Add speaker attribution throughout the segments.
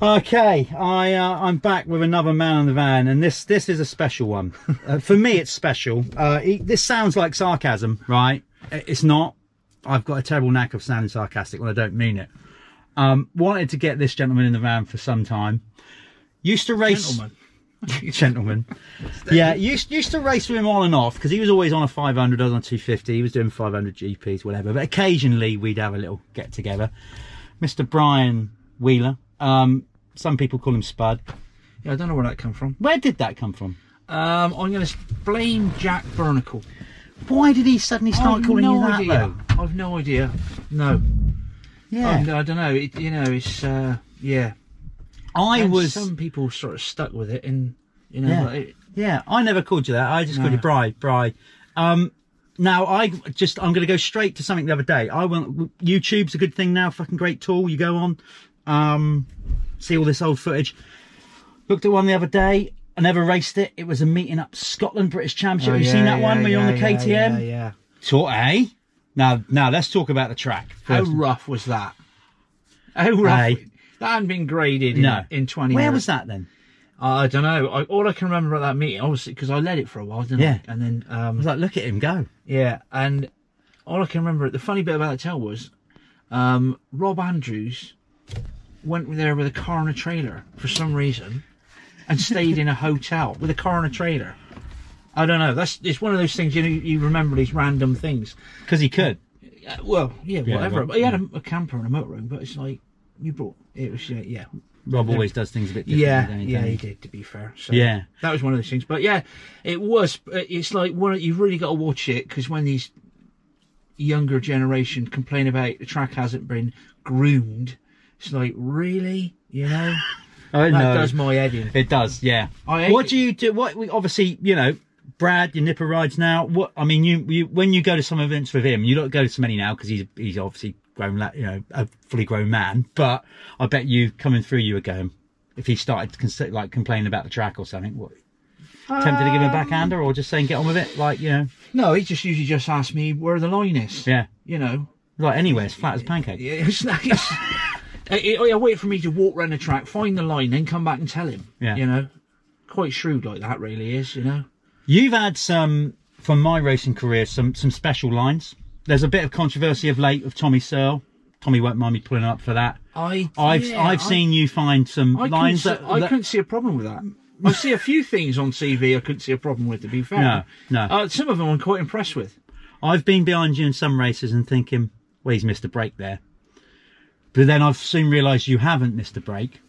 Speaker 1: Okay, I uh, I'm back with another man in the van, and this this is a special one. uh, for me, it's special. Uh, it, this sounds like sarcasm, right? I- It's not. I've got a terrible knack of sounding sarcastic when I don't mean it. Um, wanted to get this gentleman in the van for some time. Used to race
Speaker 2: Gentlemen.
Speaker 1: gentleman. yeah, used used to race with him on and off because he was always on a 500, I was on 250. He was doing 500 GPs, whatever. But occasionally we'd have a little get together. Mr. Brian Wheeler. Um, some people call him Spud.
Speaker 2: Yeah, I don't know where that come from.
Speaker 1: Where did that come from?
Speaker 2: Um, I'm going to blame Jack Burnicle.
Speaker 1: Why did he suddenly start
Speaker 2: I've
Speaker 1: calling
Speaker 2: no
Speaker 1: you that
Speaker 2: idea.
Speaker 1: though?
Speaker 2: I've no idea. No,
Speaker 1: Yeah,
Speaker 2: I, I don't know. It, you know, it's uh, yeah.
Speaker 1: I
Speaker 2: And
Speaker 1: was.
Speaker 2: Some people sort of stuck with it, and you know,
Speaker 1: Yeah.
Speaker 2: like it,
Speaker 1: Yeah, I never called you that. I just called
Speaker 2: No.
Speaker 1: you Bri. Bri. Um, now I just I'm going to go straight to something the other day. I went YouTube's a good thing now. Fucking great tool. You go on, um, see all this old footage. Looked at one the other day. I never raced it. It was a meeting up Scotland British Championship. Have you seen that one where you're on the KTM?
Speaker 2: Oh, Yeah, yeah.
Speaker 1: Talk, eh? Now, now let's talk about the track.
Speaker 2: How
Speaker 1: first.
Speaker 2: rough was that? How rough?
Speaker 1: Aye.
Speaker 2: That hadn't been graded in,
Speaker 1: no,
Speaker 2: in 20
Speaker 1: Where
Speaker 2: years.
Speaker 1: was that then?
Speaker 2: I don't know. I, all I can remember at that meeting, obviously, because I led it for a while, didn't
Speaker 1: Yeah.
Speaker 2: I? And then,
Speaker 1: I
Speaker 2: um,
Speaker 1: was like, look at him go.
Speaker 2: yeah, and all I can remember, the funny bit about that tell was um, Rob Andrews went there with a car and a trailer for some reason and stayed in a hotel with a car and a trailer. I don't know. That's it's one of those things you know, you remember these random things.
Speaker 1: Because he could.
Speaker 2: Uh, well, yeah, whatever.
Speaker 1: well,
Speaker 2: but he had a, a camper and a motorhome, but it's like you brought it was yeah, yeah,
Speaker 1: Rob always does things a bit differently.
Speaker 2: yeah,
Speaker 1: don't he,
Speaker 2: yeah.
Speaker 1: don't he?
Speaker 2: He did, to be fair. So
Speaker 1: Yeah.
Speaker 2: that was one of those things. But yeah, it was. uh, It's like one. of- You've really got to watch it because when these younger generation complain about the track hasn't been groomed, it's like really, you know,
Speaker 1: I
Speaker 2: that
Speaker 1: know.
Speaker 2: does my head in.
Speaker 1: It does, yeah.
Speaker 2: I-
Speaker 1: what do you do? What we obviously, you know, Brad, your nipper rides now. What I mean, you, you when you go to some events with him, you don't go to so many now because he's he's obviously grown, la- you know, a fully grown man. But I bet you coming through, you were going if he started to consider, like complaining about the track or something. What, tempted to give him a backhander or just saying get on with it, like you know,
Speaker 2: No, he just usually just asked me where the line is.
Speaker 1: yeah,
Speaker 2: you know,
Speaker 1: like anywhere, it's flat as a pancake.
Speaker 2: Yeah, it's nice. I wait for me to walk round the track, find the line, then come back and tell him.
Speaker 1: Yeah.
Speaker 2: You know, quite shrewd like that, really is. You know.
Speaker 1: You've had some from my racing career some some special lines. There's a bit of controversy of late of Tommy Searle. Tommy won't mind me pulling up for that.
Speaker 2: I
Speaker 1: I've
Speaker 2: yeah,
Speaker 1: I've
Speaker 2: I-
Speaker 1: seen you find some
Speaker 2: I couldn't
Speaker 1: lines
Speaker 2: see-
Speaker 1: that,
Speaker 2: I
Speaker 1: that-
Speaker 2: couldn't see a problem with that. I see a few things on TV I couldn't see a problem with. To be fair,
Speaker 1: No, no.
Speaker 2: Uh, some of them I'm quite impressed with.
Speaker 1: I've been behind you in some races and thinking, well, he's missed a break there. But then I've soon realised you haven't missed a break.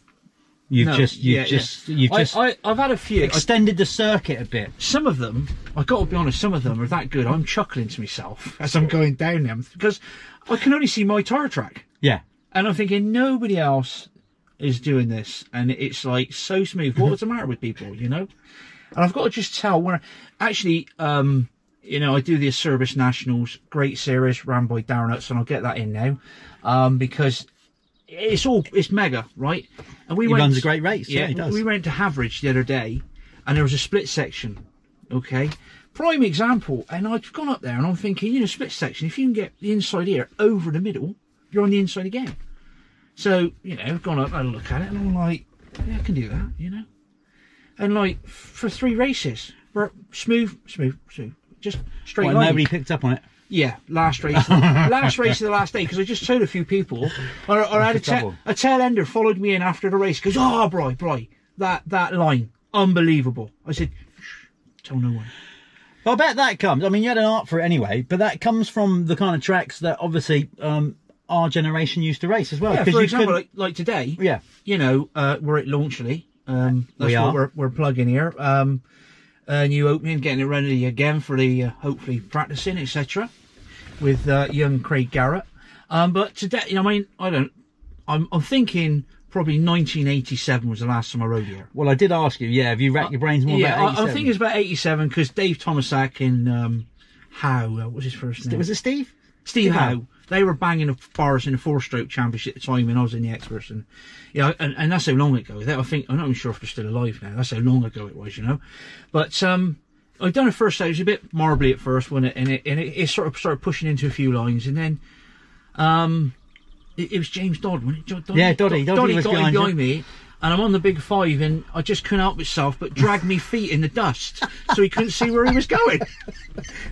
Speaker 1: You've
Speaker 2: No,
Speaker 1: just you've
Speaker 2: yeah,
Speaker 1: just
Speaker 2: yeah.
Speaker 1: you've
Speaker 2: I,
Speaker 1: just
Speaker 2: I, I've had a few. I-
Speaker 1: extended the circuit a bit.
Speaker 2: some of them, I got to be honest, some of them are that good. I'm chuckling to myself as I'm going down them because I can only see my tire track.
Speaker 1: Yeah,
Speaker 2: And I'm thinking nobody else is doing this, and it's like so smooth. What's the matter with people, you know? And I've got to just tell when I, actually, um, you know, I do the Service Nationals, great series ran by Darren Hudson. I'll get that in now, um, because it's all it's mega, right? And we
Speaker 1: He runs a great race, yeah, he does.
Speaker 2: we went to Haveridge the other day, and there was a split section. Okay, prime example. And I've gone up there, and I'm thinking, you know, split section. If you can get the inside here over the middle, you're on the inside again. So you know, I've gone up, I look at it, and I'm like, yeah, I can do that, you know. And like for three races, we're smooth, smooth, smooth, just straight
Speaker 1: Like,
Speaker 2: line.
Speaker 1: nobody picked up on it.
Speaker 2: Yeah, last race, last race of the last day because I just told a few people, or, or I had a, ta-
Speaker 1: trouble.
Speaker 2: a tail ender followed me in after the race. Goes, oh, boy, boy, that that line, unbelievable. I said, Shh, tell no one.
Speaker 1: I bet that comes. I mean, you had an art for it anyway, but that comes from the kind of tracks that obviously um, our generation used to race as well.
Speaker 2: Yeah,
Speaker 1: 'cause you
Speaker 2: for example,
Speaker 1: couldn't-
Speaker 2: like, like today,
Speaker 1: yeah,
Speaker 2: you know, uh, we're at Launchley. Um, that's
Speaker 1: We are.
Speaker 2: what we're, we're plugging here. Um, a new opening, getting it ready again for the uh, hopefully practicing, etc. With uh, young Craig Garrett. Um, but today, you know, I mean, I don't. I'm, I'm thinking probably 1987 was the last time I rode here.
Speaker 1: Well, I did ask you. Yeah, have you racked your brains more
Speaker 2: Yeah,
Speaker 1: about?
Speaker 2: I, I
Speaker 1: 87?
Speaker 2: think it's about 87 because Dave Tomasak and um, Howe, uh, what was his first name?
Speaker 1: was it Steve?
Speaker 2: Steve
Speaker 1: Howe.
Speaker 2: Howe. They were banging the bars in the four-stroke championship at the time, and I was in the experts, and you know, and, and that's how long ago. That I think I'm not even sure if they're still alive now. That's how long ago it was, you know. But um, I done it first. It was a bit marbly at first, wasn't it? And it and it, it sort of started pushing into a few lines, and then um, It, it was James Dodd, wasn't it? Jo- Dodd,
Speaker 1: Yeah, Doddy,
Speaker 2: Dod-
Speaker 1: Doddy was
Speaker 2: Doddy
Speaker 1: behind you.
Speaker 2: behind me, and I'm on the big five, and I just couldn't help myself but drag me feet in the dust, so he couldn't see where he was going.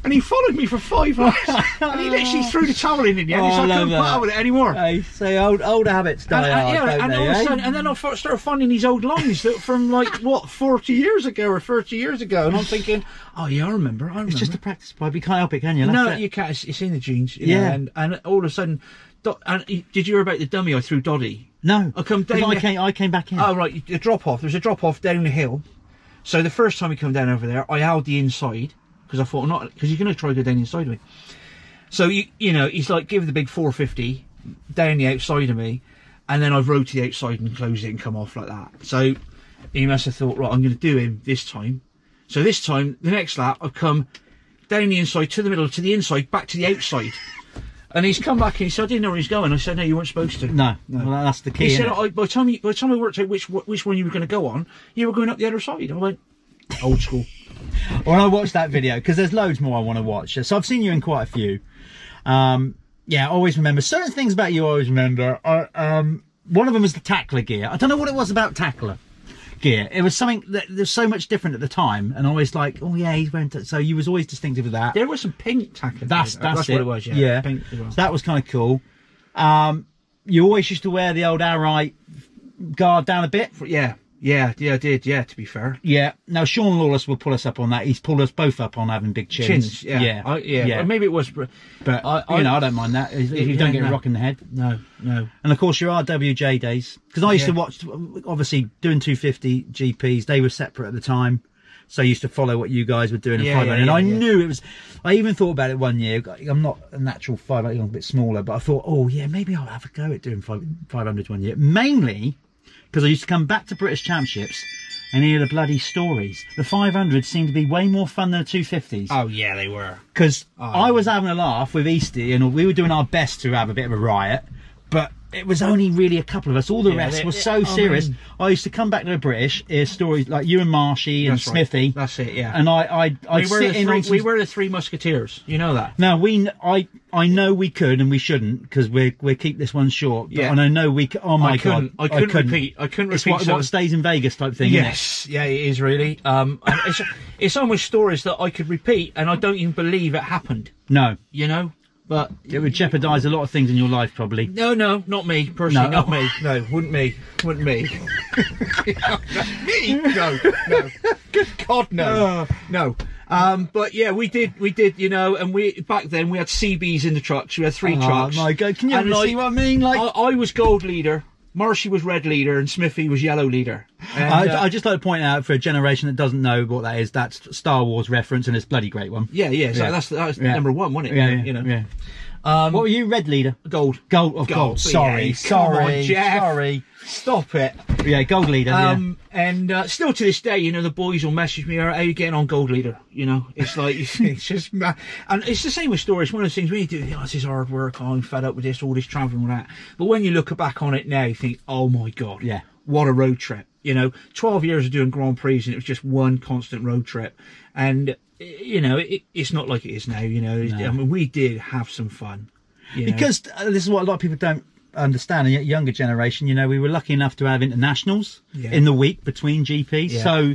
Speaker 2: And he followed me for five miles, and he literally threw the towel in in the end,
Speaker 1: Oh,
Speaker 2: so
Speaker 1: I
Speaker 2: I couldn't
Speaker 1: love
Speaker 2: put
Speaker 1: that.
Speaker 2: up with it anymore.
Speaker 1: Hey, say old old habits die
Speaker 2: And, and,
Speaker 1: hard,
Speaker 2: yeah,
Speaker 1: don't
Speaker 2: and
Speaker 1: they,
Speaker 2: all of a
Speaker 1: eh?
Speaker 2: sudden, and then I fir- started finding these old lines that from like what forty years ago or thirty years ago, and I'm thinking, oh yeah, I remember, I remember.
Speaker 1: It's just a practice pipe. You can't help it, can Mm-hmm. you? That's
Speaker 2: no,
Speaker 1: it.
Speaker 2: you can't. It's, it's in the genes. You
Speaker 1: Yeah.
Speaker 2: know, and and all of a sudden, Do- and y- did you hear about the dummy I threw Doddy?
Speaker 1: No.
Speaker 2: I Oh, come down
Speaker 1: Because I
Speaker 2: the-
Speaker 1: came, I came back in.
Speaker 2: Oh right, the drop off. There's a drop off down the hill. So the first time we come down over there, I held the inside because I thought I'm not because you're going to try to go down the inside of me. So you you know he's like give the big 450 down the outside of me, and then I've rode to the outside and closed it and come off like that. So he must have thought right, I'm going to do him this time. So this time the next lap I've come down the inside to the middle to the inside back to the outside. And he's come back and he said, I didn't know where he's going. I said, No, you weren't supposed to.
Speaker 1: No, Well, that's the key.
Speaker 2: He said,
Speaker 1: innit?
Speaker 2: I, by, the time you, by the time I worked out which which one you were going to go on, you were going up the other side. I went, old school.
Speaker 1: when I watched that video, because there's loads more I want to watch. So I've seen you in quite a few. Um, yeah, I always remember certain things about you. I always remember. I, um, one of them was the tackler gear. I don't know what it was about tackler gear. It was something that there's so much different at the time, and always like, oh yeah, he's wearing. ta-" So you was always distinctive with that.
Speaker 2: There was some pink tackling.
Speaker 1: That's that's,
Speaker 2: that's what it was. Yeah, pink as well.
Speaker 1: So that was kind of cool. Um, you always used to wear the old Arite guard down a bit.
Speaker 2: yeah, yeah, yeah. I did. Yeah, to be fair.
Speaker 1: Yeah. Now Sean Lawless will pull us up on that. He's pulled us both up on having big chins.
Speaker 2: Chins. Yeah,
Speaker 1: Yeah.
Speaker 2: I, yeah. Or Maybe it was. br-
Speaker 1: But
Speaker 2: I- I-
Speaker 1: you know, I don't mind that. If you
Speaker 2: Yeah,
Speaker 1: don't get
Speaker 2: no.
Speaker 1: a rock in the head.
Speaker 2: No, no.
Speaker 1: And of course, your RWJ days, because I used to
Speaker 2: Yeah.
Speaker 1: watch, obviously, doing 250 GPs, they were separate at the time. So I used to follow what you guys were doing in
Speaker 2: Yeah,
Speaker 1: five
Speaker 2: yeah,
Speaker 1: and
Speaker 2: yeah,
Speaker 1: I
Speaker 2: yeah.
Speaker 1: knew it was. I even thought about it one year. I'm not a natural five, I'm a bit smaller, but I thought, oh yeah, maybe I'll have a go at doing five, 500 one year. Mainly because I used to come back to British Championships and hear the bloody stories. The 500 seemed to be way more fun than the 250s
Speaker 2: Oh yeah, they were.
Speaker 1: because
Speaker 2: Oh,
Speaker 1: I was having a laugh with Easty, and we were doing our best to have a bit of a riot, but it was only really a couple of us. All the rest
Speaker 2: they-
Speaker 1: were
Speaker 2: they-
Speaker 1: so
Speaker 2: I
Speaker 1: serious.
Speaker 2: mean-
Speaker 1: I used to come back to the British, hear stories like you and Marshy and
Speaker 2: That's right.
Speaker 1: Smithy.
Speaker 2: That's it, yeah.
Speaker 1: And I, I, I'd
Speaker 2: We were, the
Speaker 1: sit in
Speaker 2: three,
Speaker 1: on some-
Speaker 2: we were the three musketeers. You know that.
Speaker 1: now we, kn- I, I know we could and we shouldn't because we we keep this one short. But,
Speaker 2: Yeah.
Speaker 1: And I know we. c- Oh my
Speaker 2: I couldn't.
Speaker 1: god!
Speaker 2: I couldn't, repeat. I couldn't
Speaker 1: It's
Speaker 2: repeat.
Speaker 1: what,
Speaker 2: some-
Speaker 1: what stays in Vegas type thing. isn't it?
Speaker 2: Yes, yeah, it is really. Um, and it's it's almost stories that I could repeat, and I don't even believe it happened.
Speaker 1: No,
Speaker 2: You know, but
Speaker 1: it would jeopardize a lot of things in your life probably.
Speaker 2: No, no, not me personally.
Speaker 1: No.
Speaker 2: Not me. No, wouldn't me. Wouldn't me. me? No, no. Good God, no, no. Um, but yeah, we did, we did, you know, and we back then we had CBs in the trucks. We had three
Speaker 1: Oh
Speaker 2: trucks.
Speaker 1: my god! Can you
Speaker 2: And,
Speaker 1: see
Speaker 2: like,
Speaker 1: what I mean? Like.
Speaker 2: I, I was gold leader, Marcy was red leader, and Smithy was yellow leader. And,
Speaker 1: I,
Speaker 2: uh,
Speaker 1: I just like to point out for a generation that doesn't know what that is, that's Star Wars reference, and it's a bloody great one.
Speaker 2: yeah, yeah. So
Speaker 1: Yeah.
Speaker 2: that's that was
Speaker 1: Yeah.
Speaker 2: number one, wasn't it?
Speaker 1: yeah, yeah.
Speaker 2: you know,
Speaker 1: yeah.
Speaker 2: Um,
Speaker 1: What were you, Red Leader?
Speaker 2: gold.
Speaker 1: Gold, of
Speaker 2: Gold,
Speaker 1: gold.
Speaker 2: but
Speaker 1: Sorry,
Speaker 2: yeah, come
Speaker 1: sorry,
Speaker 2: on, Jeff.
Speaker 1: sorry.
Speaker 2: Stop it.
Speaker 1: Yeah, Gold Leader. yeah.
Speaker 2: Um, and uh, still to this day, you know, the boys will message me, "How are you getting on, Gold Leader?" You know, it's like it's just, ma- and it's the same with stories. One of the things we do, you know, this is hard work. I'm fed up with this, all this traveling, all that. But when you look back on it now, you think, "Oh my god,
Speaker 1: Yeah.
Speaker 2: what a road trip!" You know, 12 years of doing Grand Prix, and it was just one constant road trip. And eh, you know, it, it's not like it is now. You know, I mean, we did have some fun. you know.
Speaker 1: Because uh, this is what a lot of people don't understand, and yet younger generation, you know, we were lucky enough to have internationals
Speaker 2: Yeah.
Speaker 1: in the week between GPs.
Speaker 2: Yeah.
Speaker 1: So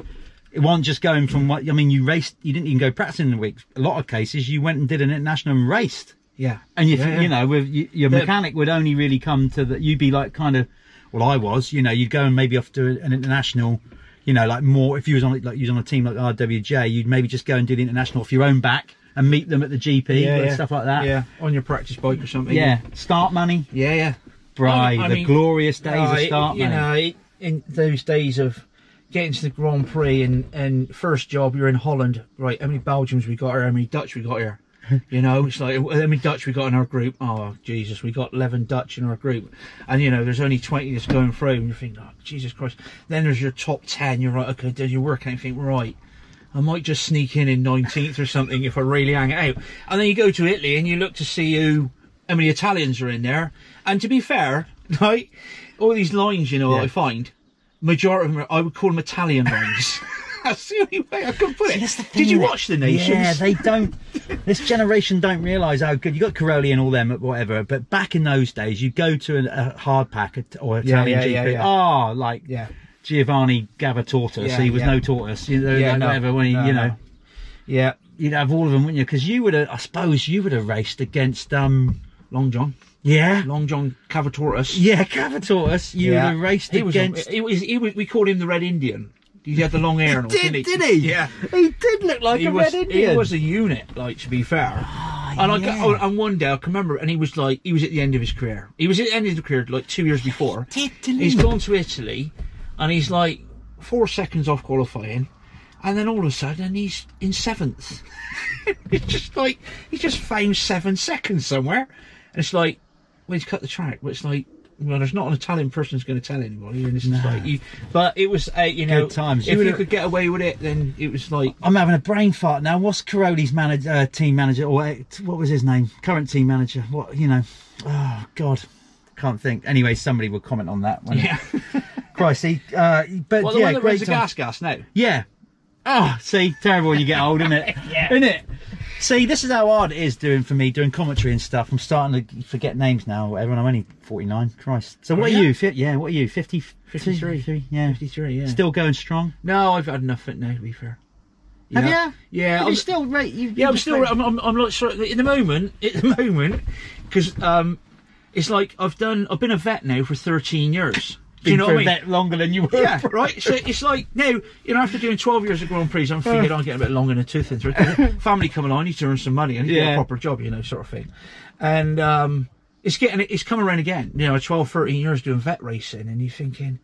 Speaker 1: it wasn't just going from what, I mean, you raced, you didn't even go practicing in the week. A lot of cases, you went and did an international and raced.
Speaker 2: yeah,
Speaker 1: And if,
Speaker 2: Yeah.
Speaker 1: you know, with y- your
Speaker 2: The-
Speaker 1: mechanic would only really come to that. You'd be like kind of, well, I was. You know, you'd go and maybe off to an international. You know, like more if you was on like you was on a team like RWJ, you'd maybe just go and do the international off your own back and meet them at the GP and stuff like that.
Speaker 2: Yeah, on your practice bike or something.
Speaker 1: yeah. Start money,
Speaker 2: Yeah, yeah.
Speaker 1: bride,
Speaker 2: I
Speaker 1: the
Speaker 2: mean-
Speaker 1: glorious days
Speaker 2: No,
Speaker 1: of
Speaker 2: it-
Speaker 1: start
Speaker 2: you
Speaker 1: money.
Speaker 2: know, it, in those days of getting to the Grand Prix and, and first job, you're in Holland, right? How many Belgians we got here? How many Dutch we got here? You know, it's like how many Dutch we got in our group? Oh Jesus, we got eleven Dutch in our group, and you know, there's only twenty that's going through, and you're thinking, oh Jesus Christ. Then there's your top ten. You're right, okay. Does your work out? You think, right. I might just sneak in in 19th or something if I really hang it out. And then you go to Italy and you look to see who, how many Italians are in there. And to be fair, right, all these lines, you know,
Speaker 1: Yeah.
Speaker 2: I find, majority of them, are, I would call them Italian lines. That's the only way I can put it.
Speaker 1: that's the thing,
Speaker 2: Did you
Speaker 1: isn't it?
Speaker 2: watch The Nations?
Speaker 1: Yeah, they don't. this generation don't realise how good you got Caroli and all them, whatever. But back in those days, you go to an, a hard pack at- or Italian
Speaker 2: yeah,
Speaker 1: GP.
Speaker 2: yeah, yeah.
Speaker 1: Oh, like
Speaker 2: Yeah.
Speaker 1: Giovanni Gavatortus.
Speaker 2: Yeah,
Speaker 1: he was
Speaker 2: yeah.
Speaker 1: no tortoise. You know,
Speaker 2: Yeah,
Speaker 1: like
Speaker 2: no.
Speaker 1: whatever. When he,
Speaker 2: No,
Speaker 1: you know,
Speaker 2: no. Yeah.
Speaker 1: you'd have all of them, wouldn't you? Because you would have, I suppose, you would have raced against. um
Speaker 2: Long John.
Speaker 1: Yeah,
Speaker 2: Long John Cavatortus.
Speaker 1: yeah, Gavatortus. You
Speaker 2: Yeah.
Speaker 1: would have raced
Speaker 2: He was, a-
Speaker 1: against.
Speaker 2: he was, he was, we called him the Red Indian. He had the long hair and all,
Speaker 1: did,
Speaker 2: didn't he?
Speaker 1: did he?
Speaker 2: Yeah.
Speaker 1: He did look like
Speaker 2: He
Speaker 1: a
Speaker 2: was,
Speaker 1: red Indian. Ah,
Speaker 2: he was a unit, like, to be fair. and I got,
Speaker 1: yeah.
Speaker 2: oh, and one day I can remember, and he was like, he was at the end of his career. He was at the end of his career like two years before.
Speaker 1: He did, didn't
Speaker 2: He's
Speaker 1: he?
Speaker 2: gone to Italy, and he's like four seconds off qualifying, and then all of a sudden he's in seventh. it's just like he just found seven seconds somewhere, and it's like well he's cut the track, but it's like. Well, there's not an Italian person who's going to tell anybody, and it's is like you. But it was, uh, you know,
Speaker 1: Good times. You
Speaker 2: If you,
Speaker 1: would've-
Speaker 2: could get away with it, then it was like
Speaker 1: I'm having a brain fart now. What's Caroli's manager, uh, team manager, or uh, what was his name? Current team manager. What you know? Oh God, can't think. Anyway, somebody will comment on that. When
Speaker 2: yeah.
Speaker 1: Christ, he, uh, but
Speaker 2: well, the
Speaker 1: yeah,
Speaker 2: one that
Speaker 1: great
Speaker 2: runs the
Speaker 1: time.
Speaker 2: gas gas now.
Speaker 1: Yeah. Oh, see, terrible when you get old, isn't it? yeah. Isn't it? See, this is how hard it is doing for me, doing commentary and stuff. I'm starting to forget names now, or whatever, and I'm only 49. Christ. So what
Speaker 2: yeah?
Speaker 1: are you? Fi- yeah, what are you? 50,
Speaker 2: 53.
Speaker 1: Yeah.
Speaker 2: 53, yeah.
Speaker 1: Still going strong.
Speaker 2: No, I've had enough of it now, to be fair.
Speaker 1: Have
Speaker 2: Yeah.
Speaker 1: you?
Speaker 2: Yeah,
Speaker 1: But
Speaker 2: I'm
Speaker 1: you still rate. You,
Speaker 2: Yeah,
Speaker 1: you
Speaker 2: I'm
Speaker 1: just
Speaker 2: still.
Speaker 1: rate-
Speaker 2: I'm, I'm, I'm not sure. In the moment, at the moment, because um, it's like I've done. I've been a vet now for 13 years. Do you
Speaker 1: been
Speaker 2: know
Speaker 1: for
Speaker 2: what I mean?
Speaker 1: a bit longer than you were.
Speaker 2: Yeah, right. So it's like now, you know, after doing 12 years of Grand Prix, I'm thinking
Speaker 1: Uh.
Speaker 2: I'm getting a bit long in the tooth. And throat. family coming on, I need to earn some money. I need to get
Speaker 1: Yeah.
Speaker 2: a proper job, you know, sort of thing. And um, it's getting, it's coming around again. You know, 12, 13 years doing vet racing, and you're thinking,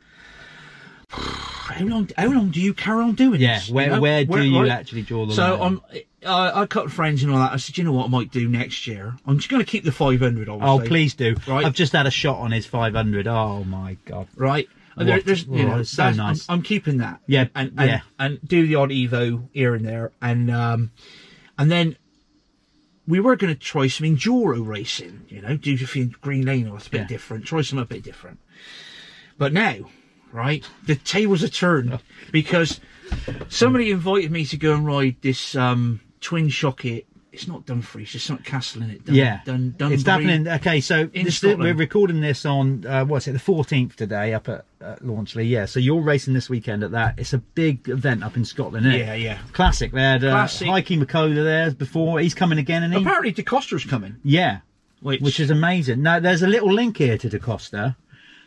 Speaker 2: how long, how long do you carry on doing
Speaker 1: Yeah,
Speaker 2: this?
Speaker 1: where
Speaker 2: You know?
Speaker 1: where do you
Speaker 2: right?
Speaker 1: actually draw the
Speaker 2: So
Speaker 1: line?
Speaker 2: I'm, uh, I cut friends and all that. I said, you know what, I might do next year. I'm just going to keep the 500. Obviously.
Speaker 1: Oh, please do.
Speaker 2: Right.
Speaker 1: I've just had a shot on his 500. Oh my god.
Speaker 2: right? And there,
Speaker 1: What?
Speaker 2: there's, you
Speaker 1: Oh,
Speaker 2: know,
Speaker 1: it's so
Speaker 2: that's-
Speaker 1: nice.
Speaker 2: I'm, I'm keeping that.
Speaker 1: Yeah,
Speaker 2: and and,
Speaker 1: yeah.
Speaker 2: and do the odd Evo here and there, and um, and then we were going to try some enduro racing. You know, do something green lane or it's a bit
Speaker 1: Yeah.
Speaker 2: different. Try something a bit different. But now, right, the tables are
Speaker 1: Oh.
Speaker 2: turned because somebody invited me to go and ride this um twin shocket. It's not Dumfries, it's not Castle in it. Dun,
Speaker 1: Yeah,
Speaker 2: Dun, Dunbury.
Speaker 1: it's happening. Okay, so
Speaker 2: in
Speaker 1: this, we're
Speaker 2: Scotland.
Speaker 1: recording this on uh, what's it, the fourteenth today, up at uh, Launchley. Yeah, so you're racing this weekend at that. It's a big event up in Scotland. Isn't
Speaker 2: Yeah,
Speaker 1: it?
Speaker 2: yeah.
Speaker 1: Classic. They had uh,
Speaker 2: Classic.
Speaker 1: Heike Makoda there before. He's coming again, and he
Speaker 2: Apparently, DeCosta's coming,
Speaker 1: yeah,
Speaker 2: which,
Speaker 1: which is amazing. Now there's a little link here to Da Costa,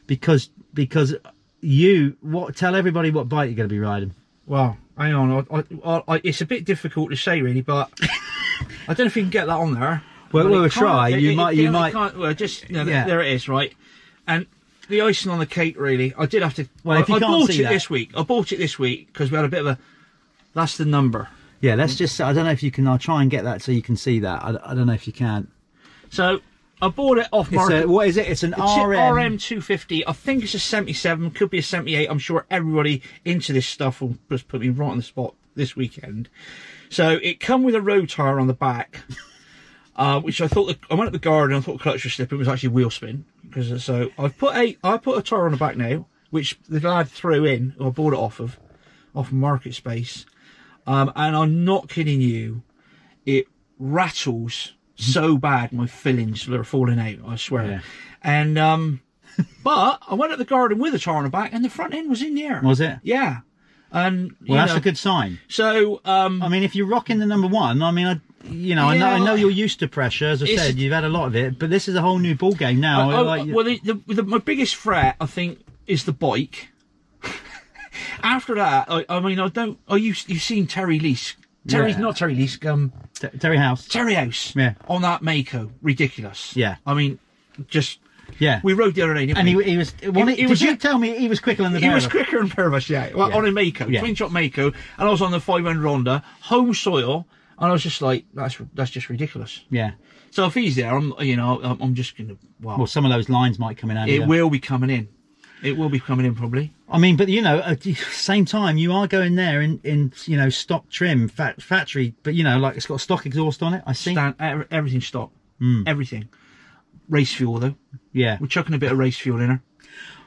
Speaker 1: because because you what tell everybody what bike you're going to be riding.
Speaker 2: Well, hang on. I, I, I, it's a bit difficult to say, really, but I don't know if you can get that on there.
Speaker 1: Well,
Speaker 2: But
Speaker 1: we'll
Speaker 2: it can't-
Speaker 1: try.
Speaker 2: it-
Speaker 1: You
Speaker 2: it-
Speaker 1: might-
Speaker 2: it
Speaker 1: you
Speaker 2: can't-
Speaker 1: might-
Speaker 2: Can't, well, just no, th-
Speaker 1: Yeah.
Speaker 2: there it is, right? And the icing on the cake, really. I did have to.
Speaker 1: Well, if
Speaker 2: I,
Speaker 1: you
Speaker 2: I
Speaker 1: can't
Speaker 2: bought
Speaker 1: see
Speaker 2: it
Speaker 1: that-
Speaker 2: this week. I bought it this week because we had a bit of a. That's the number.
Speaker 1: Yeah, let's just. I don't know if you can. I'll try and get that so you can see that. I, I don't know if you can.
Speaker 2: So I bought it off
Speaker 1: It's
Speaker 2: market.
Speaker 1: a, what is it? It's an RM.
Speaker 2: RM two fifty. I think it's a seventy seven. Could be a seventy eight. I'm sure everybody into this stuff will just put me right on the spot this weekend. So it come with a road tire on the back, uh, which I thought the, I went up the garden. I thought the clutch was slipping. It was actually wheel spin because so I've put a I put a tire on the back now, which the lad threw in. Who I bought it off of, off Market Space, um, and I'm not kidding you, it rattles so bad my fillings are falling out. I swear.
Speaker 1: Mm-hmm. Yeah.
Speaker 2: And um, but I went up the garden with a tire on the back, and the front end was in the air.
Speaker 1: Was it?
Speaker 2: Yeah. And
Speaker 1: Well, that's
Speaker 2: know,
Speaker 1: a good sign.
Speaker 2: So um,
Speaker 1: I mean, if you're rocking the number one, I mean, I, you know, I know, I
Speaker 2: Yeah.
Speaker 1: know you're used to pressure. As I
Speaker 2: It's- Oh,
Speaker 1: said, you've had a lot of it, but this is a whole new ball game now.
Speaker 2: I-
Speaker 1: Oh, like,
Speaker 2: well, the, the, the, my biggest threat, I think, is the bike. After that, I, I mean, I don't. Oh, you you've seen Terry Lease? Terry's
Speaker 1: Yeah.
Speaker 2: not Terry Lease. Um,
Speaker 1: T- Terry House.
Speaker 2: Terry House.
Speaker 1: Yeah.
Speaker 2: On that Mako, ridiculous.
Speaker 1: Yeah.
Speaker 2: I mean, just
Speaker 1: yeah,
Speaker 2: we rode the other day. Didn't
Speaker 1: and
Speaker 2: we?
Speaker 1: he, he was. Well,
Speaker 2: he
Speaker 1: did
Speaker 2: was-
Speaker 1: you tell me he was quicker than the?
Speaker 2: He was
Speaker 1: quicker.
Speaker 2: quicker in Paris, yeah. Well,
Speaker 1: Yeah.
Speaker 2: On a Mako,
Speaker 1: Yeah.
Speaker 2: twin shot Mako, and I was on the 500 Honda, home soil, and I was just like, that's that's just ridiculous.
Speaker 1: Yeah.
Speaker 2: So if he's there, I'm you know I'm, I'm just gonna wow.
Speaker 1: Well, some of those lines might come in handy.
Speaker 2: it
Speaker 1: then.
Speaker 2: will be coming in. It will be coming in probably.
Speaker 1: I mean, but you know, at the same time, you are going there in, in you know stock trim fa- factory, but you know, like it's got a stock exhaust on it. I see. Hmm.
Speaker 2: Stand, ev- everything stock, everything. Race fuel though.
Speaker 1: yeah.
Speaker 2: We're chucking a bit of race fuel in her.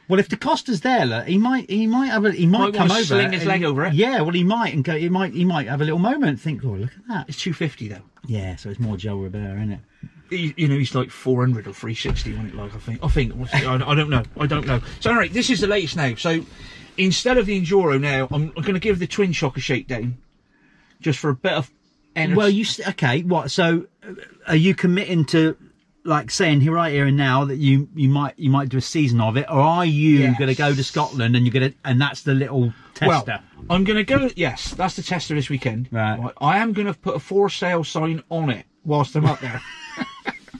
Speaker 1: Well, if DaCosta's there, look, he might, he might have a, he might,
Speaker 2: Might wanna
Speaker 1: come over,
Speaker 2: sling his
Speaker 1: and-
Speaker 2: leg over it.
Speaker 1: Yeah, well, he might and go. He might, he might have a little moment and think, oh, look at that.
Speaker 2: It's 250 though.
Speaker 1: Yeah, so it's more Joe Robert, isn't it?
Speaker 2: He, you know, he's like 400 or 360 when it like I think. I think what's it- I, I don't know. I don't know. So all right, this is the latest now. So instead of the Enduro now, I'm, I'm going to give the Twin Shock a shakedown, just for a bit of energy.
Speaker 1: Well, you s- okay? What? So, uh, are you committing to like saying here, right here and now that you you might you might do a season of it, or are you
Speaker 2: Yes.
Speaker 1: going to go to Scotland and you're going to and that's the little
Speaker 2: well,
Speaker 1: tester?
Speaker 2: I'm going to go. Yes, that's the tester this weekend.
Speaker 1: Right.
Speaker 2: I am going to put a for sale sign on it whilst I'm up there.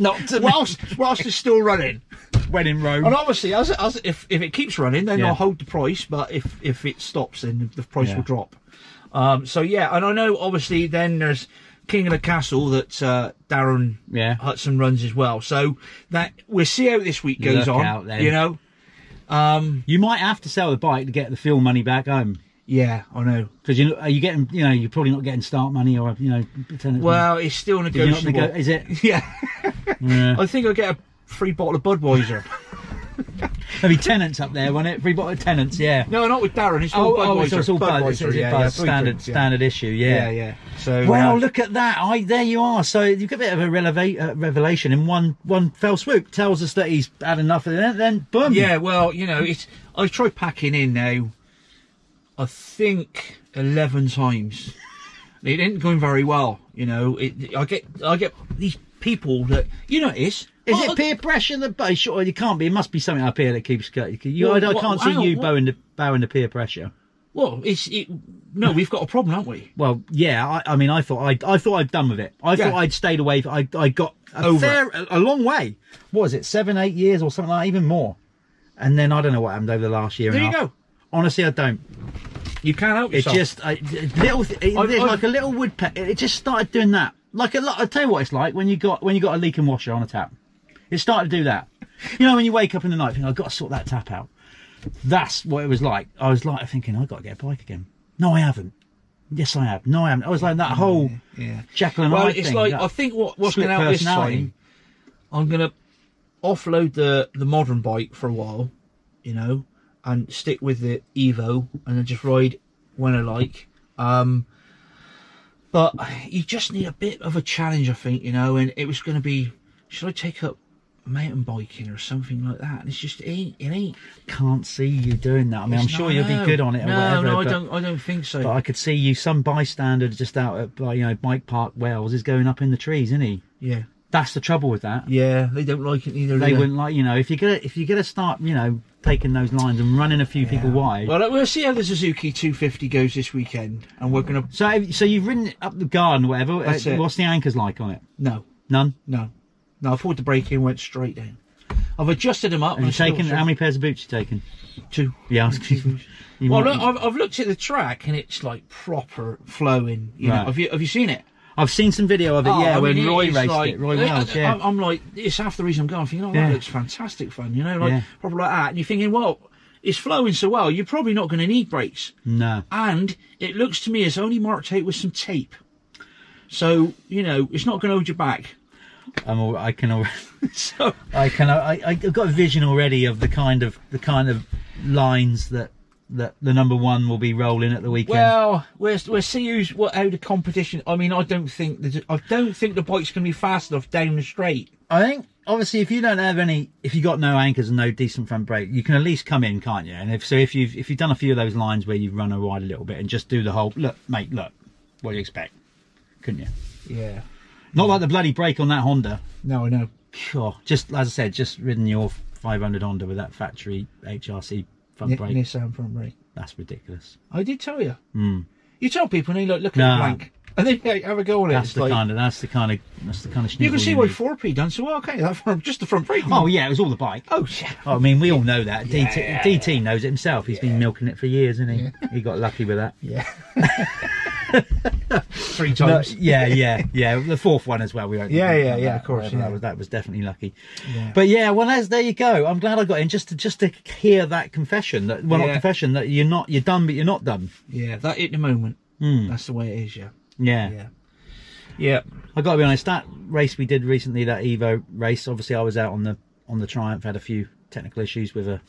Speaker 1: Not to
Speaker 2: whilst whilst it's still running.
Speaker 1: when in Rome.
Speaker 2: And obviously, as, as if, if it keeps running, then
Speaker 1: Yeah.
Speaker 2: I'll hold the price. But if if it stops, then the price
Speaker 1: Yeah.
Speaker 2: will drop. Um, so yeah, and I know obviously then there's King of the Castle that uh, Darren
Speaker 1: Yeah.
Speaker 2: Hudson runs as well. So that we'll see how this week goes
Speaker 1: Look
Speaker 2: on.
Speaker 1: out then.
Speaker 2: You know,
Speaker 1: You might have to sell the bike to get the fuel money back home
Speaker 2: yeah, I know.
Speaker 1: because you are you getting you know you're probably not getting start money or you know. tenant money.
Speaker 2: Well, it's
Speaker 1: You're
Speaker 2: still
Speaker 1: not
Speaker 2: negotiable.
Speaker 1: gonna go- is it?
Speaker 2: yeah,
Speaker 1: Yeah.
Speaker 2: I think I'll get a free bottle of Budweiser.
Speaker 1: There'll be tenants up there, won't it? Free bottle of tenants, yeah.
Speaker 2: no, not with Darren. It's all
Speaker 1: Oh,
Speaker 2: Budweiser.
Speaker 1: oh, it's, it's all Bud. It's, it's
Speaker 2: yeah,
Speaker 1: Bud,
Speaker 2: yeah,
Speaker 1: standard,
Speaker 2: Budweiser, yeah.
Speaker 1: standard issue,
Speaker 2: Yeah, yeah. So
Speaker 1: Well,
Speaker 2: uh,
Speaker 1: look at that! I there you are. So you've got a bit of a releva- uh, revelation in one one fell swoop. Tells us that he's had enough of it. Then boom.
Speaker 2: Yeah, well, you know, it's I've tried packing in now. I think eleven times. It ain't going very well, you know. It, I get I get these people that you know it is.
Speaker 1: Is
Speaker 2: Oh,
Speaker 1: it peer pressure that bow? Sure, it can't be. It must be something up here that keeps. go- You, I, I
Speaker 2: Well,
Speaker 1: can't
Speaker 2: well, hang
Speaker 1: see
Speaker 2: on,
Speaker 1: you
Speaker 2: what-
Speaker 1: bowing to bowing to peer pressure.
Speaker 2: Well, it's it, no, we've got a problem, haven't we?
Speaker 1: Well, yeah. I, I mean, I thought I I thought I'd done with it. I
Speaker 2: Yeah.
Speaker 1: thought I'd stayed away. f- I I got a
Speaker 2: Over
Speaker 1: fair a, a long way. What was it? Seven, eight years or something like that, even more. And then I don't know what happened over the last year.
Speaker 2: There
Speaker 1: and
Speaker 2: you
Speaker 1: a half.
Speaker 2: go.
Speaker 1: Honestly, I don't.
Speaker 2: You can't help
Speaker 1: It
Speaker 2: yourself.
Speaker 1: just I, it- little th- it,
Speaker 2: I've-
Speaker 1: it's
Speaker 2: I've-
Speaker 1: like a little woodpecker. It just started doing that. Like a lot. I tell you what it's like when you got when you got a leaking washer on a tap. It started to do that. You know when you wake up in the night, think I've got to sort that tap out. That's what it was like. I was like thinking I've got to get a bike again. No, I haven't. Yes, I have. No, I haven't. I was like that whole
Speaker 2: yeah.
Speaker 1: Jekyll and
Speaker 2: well,
Speaker 1: Hyde
Speaker 2: it's
Speaker 1: thing.
Speaker 2: like
Speaker 1: that-
Speaker 2: I think what what's
Speaker 1: split
Speaker 2: going to happen this
Speaker 1: personality.
Speaker 2: time. I'm gonna offload the the modern bike for a while, you know, and stick with the Evo, and then just ride when I like. Um, but you just need a bit of a challenge, I think, you know. And it was going to be, should I take up mountain biking or something like that? And it's just it ain't it ain't.
Speaker 1: can't see you doing that. I mean, I'm
Speaker 2: it's
Speaker 1: sure
Speaker 2: not-
Speaker 1: you'll
Speaker 2: no.
Speaker 1: be good on it. Or
Speaker 2: No,
Speaker 1: whatever,
Speaker 2: no, I
Speaker 1: but-
Speaker 2: don't. I don't think so.
Speaker 1: But I could see you, some bystander just out at like, you know Bike Park, Wales, is going up in the trees, isn't he?
Speaker 2: yeah,
Speaker 1: That's the trouble with that.
Speaker 2: yeah, they don't like it either.
Speaker 1: they wouldn't like you know if you're gonna if you're gonna start you know taking those lines and running a few people wide
Speaker 2: Well, we'll see how the Suzuki 250 goes this weekend, and we're gonna
Speaker 1: so have- so you've ridden it up the garden or whatever uh,
Speaker 2: That's it.
Speaker 1: what's the anchors like on it
Speaker 2: no,
Speaker 1: none
Speaker 2: no, no. I thought the brake in went straight down. I've adjusted them
Speaker 1: have
Speaker 2: up.
Speaker 1: you
Speaker 2: and I
Speaker 1: taken
Speaker 2: still-
Speaker 1: how many pairs of boots you taken
Speaker 2: Two.
Speaker 1: yeah I was- you
Speaker 2: Well,
Speaker 1: might-
Speaker 2: look, I've, I've looked at the track and it's like proper flowing. You know,
Speaker 1: Right.
Speaker 2: have you have you seen it?
Speaker 1: I've seen some video of it yeah
Speaker 2: Oh, I
Speaker 1: when
Speaker 2: mean,
Speaker 1: Roy
Speaker 2: is
Speaker 1: raced
Speaker 2: like-
Speaker 1: it Roy
Speaker 2: I-
Speaker 1: Wells
Speaker 2: I,
Speaker 1: yeah
Speaker 2: I'm- I'm like, it's half the reason I'm going. I'm thinking, oh,
Speaker 1: Yeah.
Speaker 2: that looks fantastic fun. You know, like
Speaker 1: Yeah.
Speaker 2: proper like that. And you're thinking, well, it's flowing so well. You're probably not going to need brakes.
Speaker 1: no
Speaker 2: and it looks to me it's only marked out with some tape. So you know it's not going to hold you back.
Speaker 1: I'm all, I can al-
Speaker 2: So
Speaker 1: I can I I- I've got a vision already of the kind of the kind of lines that that the number one will be rolling at the weekend
Speaker 2: well, we'll we'll see who's what how the competition. I mean, I don't think that I don't think the bike's going to be fast enough down the straight.
Speaker 1: I think obviously if you don't have any, if you got no anchors and no decent front brake, you can at least come in, can't you? And if so, if you've if you've done a few of those lines where you've run a wide a little bit and just do the whole look, mate, look, what do you expect? Couldn't you?
Speaker 2: Yeah.
Speaker 1: Not like the bloody brake on that Honda.
Speaker 2: No, I know.
Speaker 1: Phew, just as I said, just ridden your 500 Honda with that factory HRC front
Speaker 2: Ni-
Speaker 1: brake.
Speaker 2: Nissan front brake.
Speaker 1: That's ridiculous.
Speaker 2: I did tell you.
Speaker 1: Hmm.
Speaker 2: You tell people and they look look at
Speaker 1: No.
Speaker 2: it blank, and then they have a go on it.
Speaker 1: That's
Speaker 2: It's
Speaker 1: the
Speaker 2: like-
Speaker 1: kind of that's the kind of that's the kind of
Speaker 2: you can
Speaker 1: schnizzle
Speaker 2: see why
Speaker 1: need.
Speaker 2: 4P done so well. Okay, that front, just the front brake.
Speaker 1: Oh yeah, it was all the bike.
Speaker 2: oh yeah.
Speaker 1: I mean, we all know that. DT,
Speaker 2: Yeah.
Speaker 1: DT knows it himself. He's been milking it for years, isn't he? He got lucky with that.
Speaker 2: Yeah. Three
Speaker 1: No,
Speaker 2: times.
Speaker 1: yeah, yeah, yeah. The fourth one as well. We won't
Speaker 2: Yeah,
Speaker 1: we won't
Speaker 2: yeah,
Speaker 1: count
Speaker 2: yeah,
Speaker 1: that,
Speaker 2: of course,
Speaker 1: whatever.
Speaker 2: yeah.
Speaker 1: That was that was definitely lucky.
Speaker 2: Yeah.
Speaker 1: But yeah, well, as there you go. I'm glad I got in just to just to hear that confession that well, not
Speaker 2: Yeah.
Speaker 1: confession that you're not you're done, but you're not done.
Speaker 2: Yeah, that at the moment.
Speaker 1: Hmm.
Speaker 2: That's the way it is, yeah.
Speaker 1: Yeah.
Speaker 2: Yeah. Yeah.
Speaker 1: I got to be honest. That race we did recently, that Evo race. Obviously, I was out on the on the Triumph. Had a few technical issues with a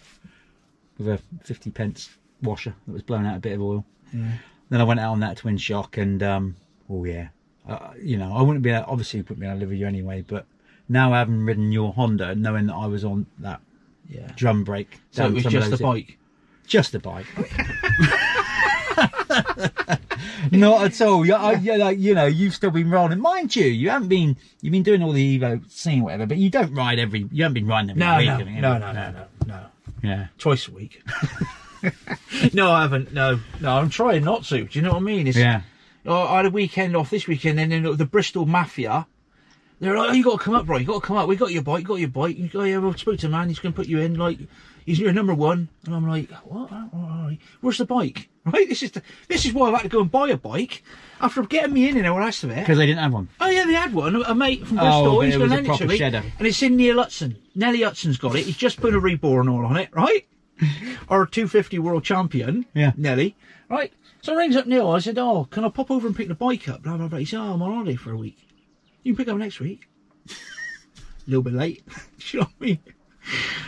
Speaker 1: with a 50 pence washer that was blown out a bit of oil.
Speaker 2: Yeah.
Speaker 1: Then I went out on that twin shock, and um, oh yeah, uh, you know I wouldn't be able- obviously wouldn't be able to live with you anyway. But now I haven't ridden your Honda, knowing that I was on that
Speaker 2: Yeah.
Speaker 1: drum brake.
Speaker 2: So it
Speaker 1: down
Speaker 2: was
Speaker 1: some of
Speaker 2: just the
Speaker 1: those-
Speaker 2: bike.
Speaker 1: just the bike. Not at all. Yeah, I, yeah, like you know, you've still been rolling. Mind you, you haven't been you've been doing all the Evo scene, whatever, but you don't ride every. You haven't been riding every
Speaker 2: No,
Speaker 1: week.
Speaker 2: no,
Speaker 1: have you?
Speaker 2: no, no, no, no, no.
Speaker 1: Yeah,
Speaker 2: Twice a week. no, I haven't. No, no. I'm trying not to. Do you know what I mean? It's,
Speaker 1: yeah.
Speaker 2: Oh, I had a weekend off this weekend, and then the Bristol Mafia. They're like, oh, you got to come up, bro. You got to come up. We got your bike. You got your bike. You go, "Oh, yeah, well, spoke to a man. He's going to put you in. Like, he's your number one. And I'm like, what? All right. Where's the bike? Right. This is the, this is why I've had to go and buy a bike after getting me in and all the rest of it.
Speaker 1: Because they didn't have one.
Speaker 2: Oh yeah, they had one. A mate from
Speaker 1: Oh,
Speaker 2: Bristol.
Speaker 1: but
Speaker 2: he's
Speaker 1: it was
Speaker 2: going
Speaker 1: a
Speaker 2: to lend it to
Speaker 1: proper
Speaker 2: me,
Speaker 1: shedder.
Speaker 2: and it's in Neil Hudson. Nelly Hudson's got it. He's just put a reborn all on it, right? Our 250 world champion,
Speaker 1: Yeah.
Speaker 2: Nelly, right? So I rings up Neil. I said, "Oh, can I pop over and pick the bike up?" Blah blah blah. He said, "Oh, I'm on holiday for a week. You can pick up next week." a little bit late. Do you know what I mean?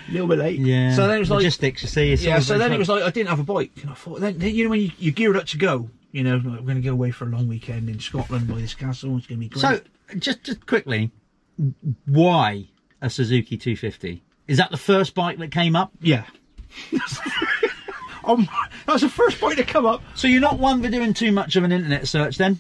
Speaker 2: A little bit late.
Speaker 1: Yeah.
Speaker 2: So then it was like
Speaker 1: logistics. You see, it's
Speaker 2: yeah,
Speaker 1: all very
Speaker 2: so then it
Speaker 1: close.
Speaker 2: was like I didn't have a bike, and I thought then, then you know when you, you're geared up to go, you know, like, we're going to go away for a long weekend in Scotland by this castle. It's going to be great.
Speaker 1: So just just quickly, why a Suzuki 250? Is that the first bike that came up?
Speaker 2: yeah, oh my, that was the first point to come up.
Speaker 1: So you're not one for doing too much of an internet search, then.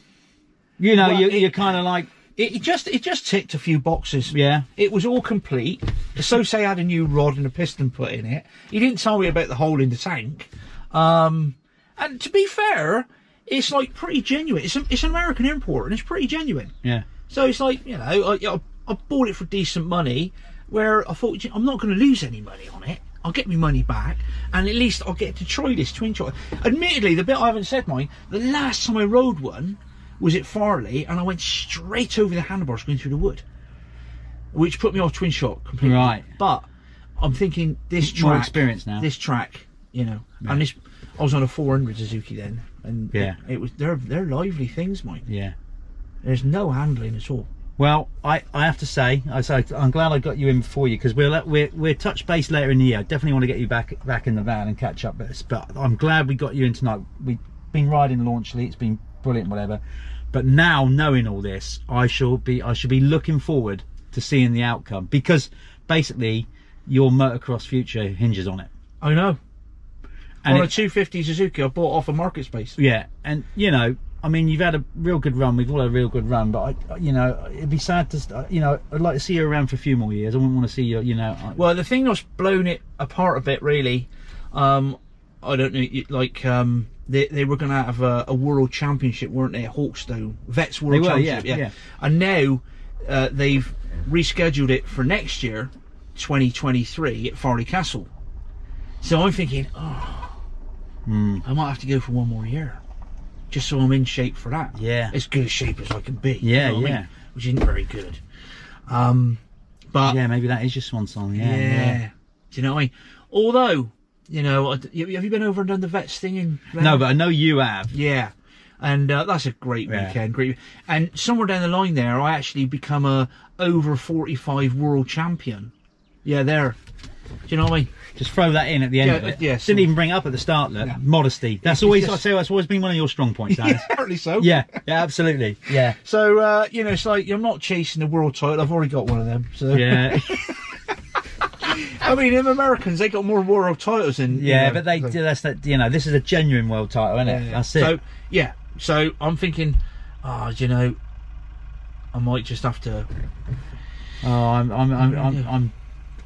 Speaker 1: You know,
Speaker 2: Well,
Speaker 1: you,
Speaker 2: it-
Speaker 1: you're kind of like
Speaker 2: It, it just it just ticked a few boxes.
Speaker 1: yeah.
Speaker 2: It was all complete. The Sose had a new rod and a piston put in it. He didn't tell me about the hole in the tank. Um, and to be fair, it's like pretty genuine. It's, a, it's an American import and it's pretty genuine.
Speaker 1: Yeah.
Speaker 2: So it's like, you know, I, I, I bought it for decent money where I thought, "You know, I'm not going to lose any money on it. I'll get my money back and at least I'll get to try this twin shot. Admittedly, the bit I haven't said mine, the last time I rode one was at Farley and I went straight over the handlebars going through the wood, which put me off twin shot completely.
Speaker 1: Right.
Speaker 2: But I'm thinking this track.
Speaker 1: More experience now.
Speaker 2: This track, you know, and this. I was on a 400 Suzuki then, and
Speaker 1: Yeah.
Speaker 2: it, it was they're they're lively things, mate.
Speaker 1: Yeah.
Speaker 2: There's no handling at all.
Speaker 1: Well, I, I have to say, I say I'm glad I got you in before you because we'll we're we're touch base later in the year. I definitely want to get you back back in the van and catch up. But, it's- but I'm glad we got you in tonight. We've been riding launchly; it's been brilliant, whatever. But now knowing all this, I shall be I shall be looking forward to seeing the outcome because basically your motocross future hinges on it.
Speaker 2: I know.
Speaker 1: And
Speaker 2: on a
Speaker 1: it-
Speaker 2: 250 Suzuki, I bought off a market space.
Speaker 1: Yeah, and you know, I mean, you've had a real good run. We've all had a real good run, but I, you know, it'd be sad to, st- you know, I'd like to see you around for a few more years. I wouldn't want to see you, you know. I-
Speaker 2: Well, the thing that's blown it apart a bit, really, um, I don't know, you- like um, they, they were going to have a, a world championship, weren't they? Hawkstone Vets World
Speaker 1: They were,
Speaker 2: Championship,
Speaker 1: yeah, yeah.
Speaker 2: And now uh, they've rescheduled it for next year, 2023, at Farley Castle. So I'm thinking, oh,
Speaker 1: Hmm.
Speaker 2: I might have to go for one more year, just so I'm in shape for that.
Speaker 1: Yeah.
Speaker 2: as good a shape as I can be.
Speaker 1: Yeah,
Speaker 2: what I
Speaker 1: yeah.
Speaker 2: which isn't very good. Um, but
Speaker 1: yeah, maybe that is your swan song. Yeah,
Speaker 2: yeah.
Speaker 1: yeah.
Speaker 2: uh, Do you know what I mean? Although, you know, I- you- have you been over and done the vets thing? In
Speaker 1: No, but I know you have.
Speaker 2: yeah, and uh, that's a great
Speaker 1: Yeah.
Speaker 2: weekend. Great, and somewhere down the line there, I actually become a over forty-five world champion. Yeah, there. Do you know what I mean?
Speaker 1: Just throw that in at the end.
Speaker 2: Yeah,
Speaker 1: of it.
Speaker 2: yeah,
Speaker 1: Didn't
Speaker 2: so-
Speaker 1: even bring it up at the start. Look, modesty. That's always
Speaker 2: just-
Speaker 1: I say. That's always been one of your strong points, Alice.
Speaker 2: Apparently so.
Speaker 1: yeah. yeah, absolutely. Yeah,
Speaker 2: So uh, you know, it's like I'm not chasing the world title. I've already got one of them. So
Speaker 1: yeah,
Speaker 2: I mean, them Americans, they got more world titles than you
Speaker 1: yeah.
Speaker 2: know,
Speaker 1: But they,
Speaker 2: than-
Speaker 1: that's that. You know, this is a genuine world title, isn't it?
Speaker 2: Yeah.
Speaker 1: That's it.
Speaker 2: So yeah, so I'm thinking, ah, do you know, I might just have to.
Speaker 1: Oh, I'm, I'm, I'm, I'm, I'm,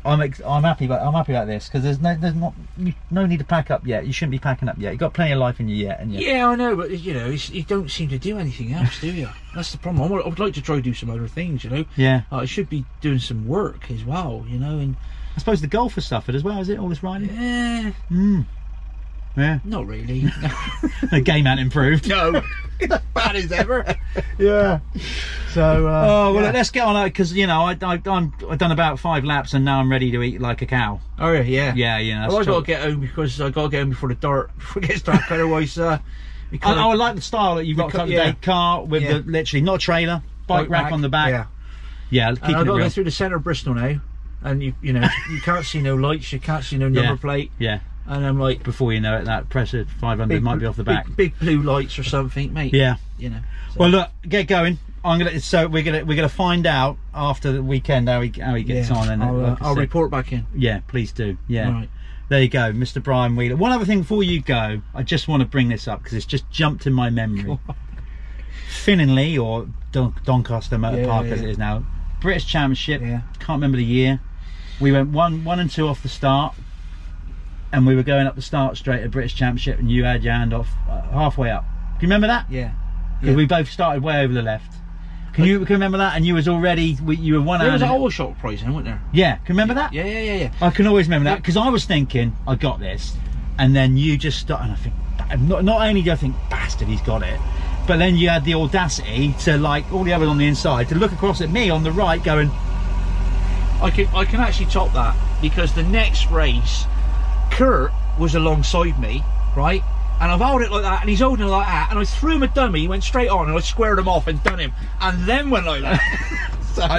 Speaker 1: I'm, ex- I'm happy about, I'm happy about this because there's no, there's not, you- no need to pack up yet. You shouldn't be packing up yet. You've got plenty of life in you yet, and you,
Speaker 2: Yeah, I know, but you know, it's, you don't seem to do anything else, do you? That's the problem. I would, I would like to try to do some other things, you know.
Speaker 1: yeah.
Speaker 2: Uh, I should be doing some work as well, you know, and
Speaker 1: I suppose the golf has suffered as well, is it? All this riding,
Speaker 2: eh,
Speaker 1: mm. yeah.
Speaker 2: not really.
Speaker 1: The game ain't improved. Uh,
Speaker 2: no, bad as ever. Yeah. So. Uh,
Speaker 1: Oh well,
Speaker 2: yeah.
Speaker 1: let's get on because you know I, I, I'm, I've done about five laps and now I'm ready to eat like a cow.
Speaker 2: Oh yeah, yeah.
Speaker 1: Yeah, you know.
Speaker 2: Well, I
Speaker 1: that's true.
Speaker 2: gotta get home because I gotta get home before the dark before it gets dark. Otherwise, uh, we
Speaker 1: I,
Speaker 2: can't.
Speaker 1: I like the style that you've got
Speaker 2: co-
Speaker 1: today.
Speaker 2: yeah.
Speaker 1: Car with the
Speaker 2: Yeah.
Speaker 1: literally not a trailer, bike, rack, on the
Speaker 2: Yeah.
Speaker 1: back. Yeah,
Speaker 2: And
Speaker 1: keeping
Speaker 2: I've
Speaker 1: it
Speaker 2: got to
Speaker 1: real.
Speaker 2: go through the centre of Bristol now, and you you know you can't see no lights, you can't see no number
Speaker 1: Yeah.
Speaker 2: plate.
Speaker 1: Yeah.
Speaker 2: and I'm like,
Speaker 1: Before you know it, that presser 500 might be off the
Speaker 2: big-
Speaker 1: back.
Speaker 2: Big, blue lights or something, mate.
Speaker 1: Yeah.
Speaker 2: You know. so-
Speaker 1: Well, look, get going. I'm gonna. So we're gonna we're gonna find out after the weekend how he how he gets
Speaker 2: Yeah,
Speaker 1: on. And
Speaker 2: I'll, uh,
Speaker 1: like I
Speaker 2: I'll
Speaker 1: said-
Speaker 2: report back in.
Speaker 1: Yeah, please do. Yeah.
Speaker 2: Right.
Speaker 1: There you go, Mr. Brian Wheeler. One other thing before you go, I just want to bring this up because it's just jumped in my memory. Finley or Don- Doncaster Motor
Speaker 2: Yeah,
Speaker 1: Park
Speaker 2: yeah,
Speaker 1: as it
Speaker 2: yeah.
Speaker 1: is now, British Championship.
Speaker 2: Yeah.
Speaker 1: Can't remember the year. We went one one and two off the start, and we were going up the start straight at British Championship, and you had your hand off uh, halfway up. Do you remember that?
Speaker 2: Yeah.
Speaker 1: Because we both started way over the left. Can you can remember that? And you was already we- you were one
Speaker 2: There was
Speaker 1: hand.
Speaker 2: an Aldershot prize in, wasn't there?
Speaker 1: yeah, can you remember that?
Speaker 2: Yeah, yeah, yeah, yeah.
Speaker 1: I can always remember that because I was thinking I got this, and then you just start and I think "Ba- not not only do I think bastard he's got it, but then you had the audacity to like all the others on the inside to look across at me on the right going
Speaker 2: I can I can actually top that because the next race, Kurt was alongside me, right? And I've held it like that, and he's holding it like that, and I threw him a dummy, he went straight on, and I squared him off and done him, and then went like that.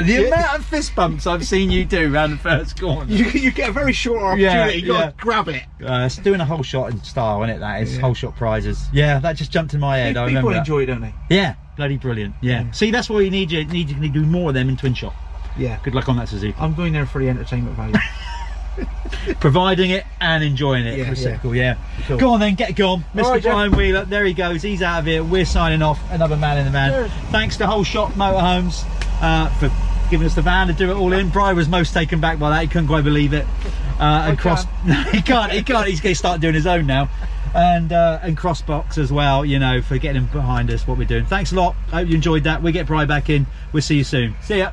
Speaker 1: the amount of fist bumps I've seen you do around the first corner.
Speaker 2: you, you get a very short opportunity,
Speaker 1: Yeah,
Speaker 2: you gotta
Speaker 1: yeah.
Speaker 2: grab it.
Speaker 1: Uh, it's doing a whole shot in style, isn't it? That is
Speaker 2: Yeah.
Speaker 1: whole shot prizes. Yeah, that just jumped in my head. I
Speaker 2: People
Speaker 1: remember. that.
Speaker 2: enjoy it, don't they?
Speaker 1: Yeah, bloody brilliant. Yeah. See, that's why you need you need you need to do more of them in twin shot.
Speaker 2: Yeah.
Speaker 1: Good luck on that, Suzuki.
Speaker 2: I'm going there for the entertainment value.
Speaker 1: Providing it and enjoying it.
Speaker 2: Yeah,
Speaker 1: reciprocal. Yeah.
Speaker 2: Cool.
Speaker 1: Go on then, get gone, Mr.
Speaker 2: right, Jeff.
Speaker 1: Brian Wheeler. There he goes. He's out of here. We're signing off. Another man in the van.
Speaker 2: Cheers.
Speaker 1: Thanks to Whole Shot Motorhomes uh, for giving us the van to do it all in. Brian was most taken back by that. He couldn't quite believe it. Uh, and cross. No, he can't. He can't. He's going to start doing his own now. And uh, and crossbox as well, you know, for getting behind us what we're doing. Thanks a lot. Hope you enjoyed that. We get Brian back in. We'll see you soon. See ya.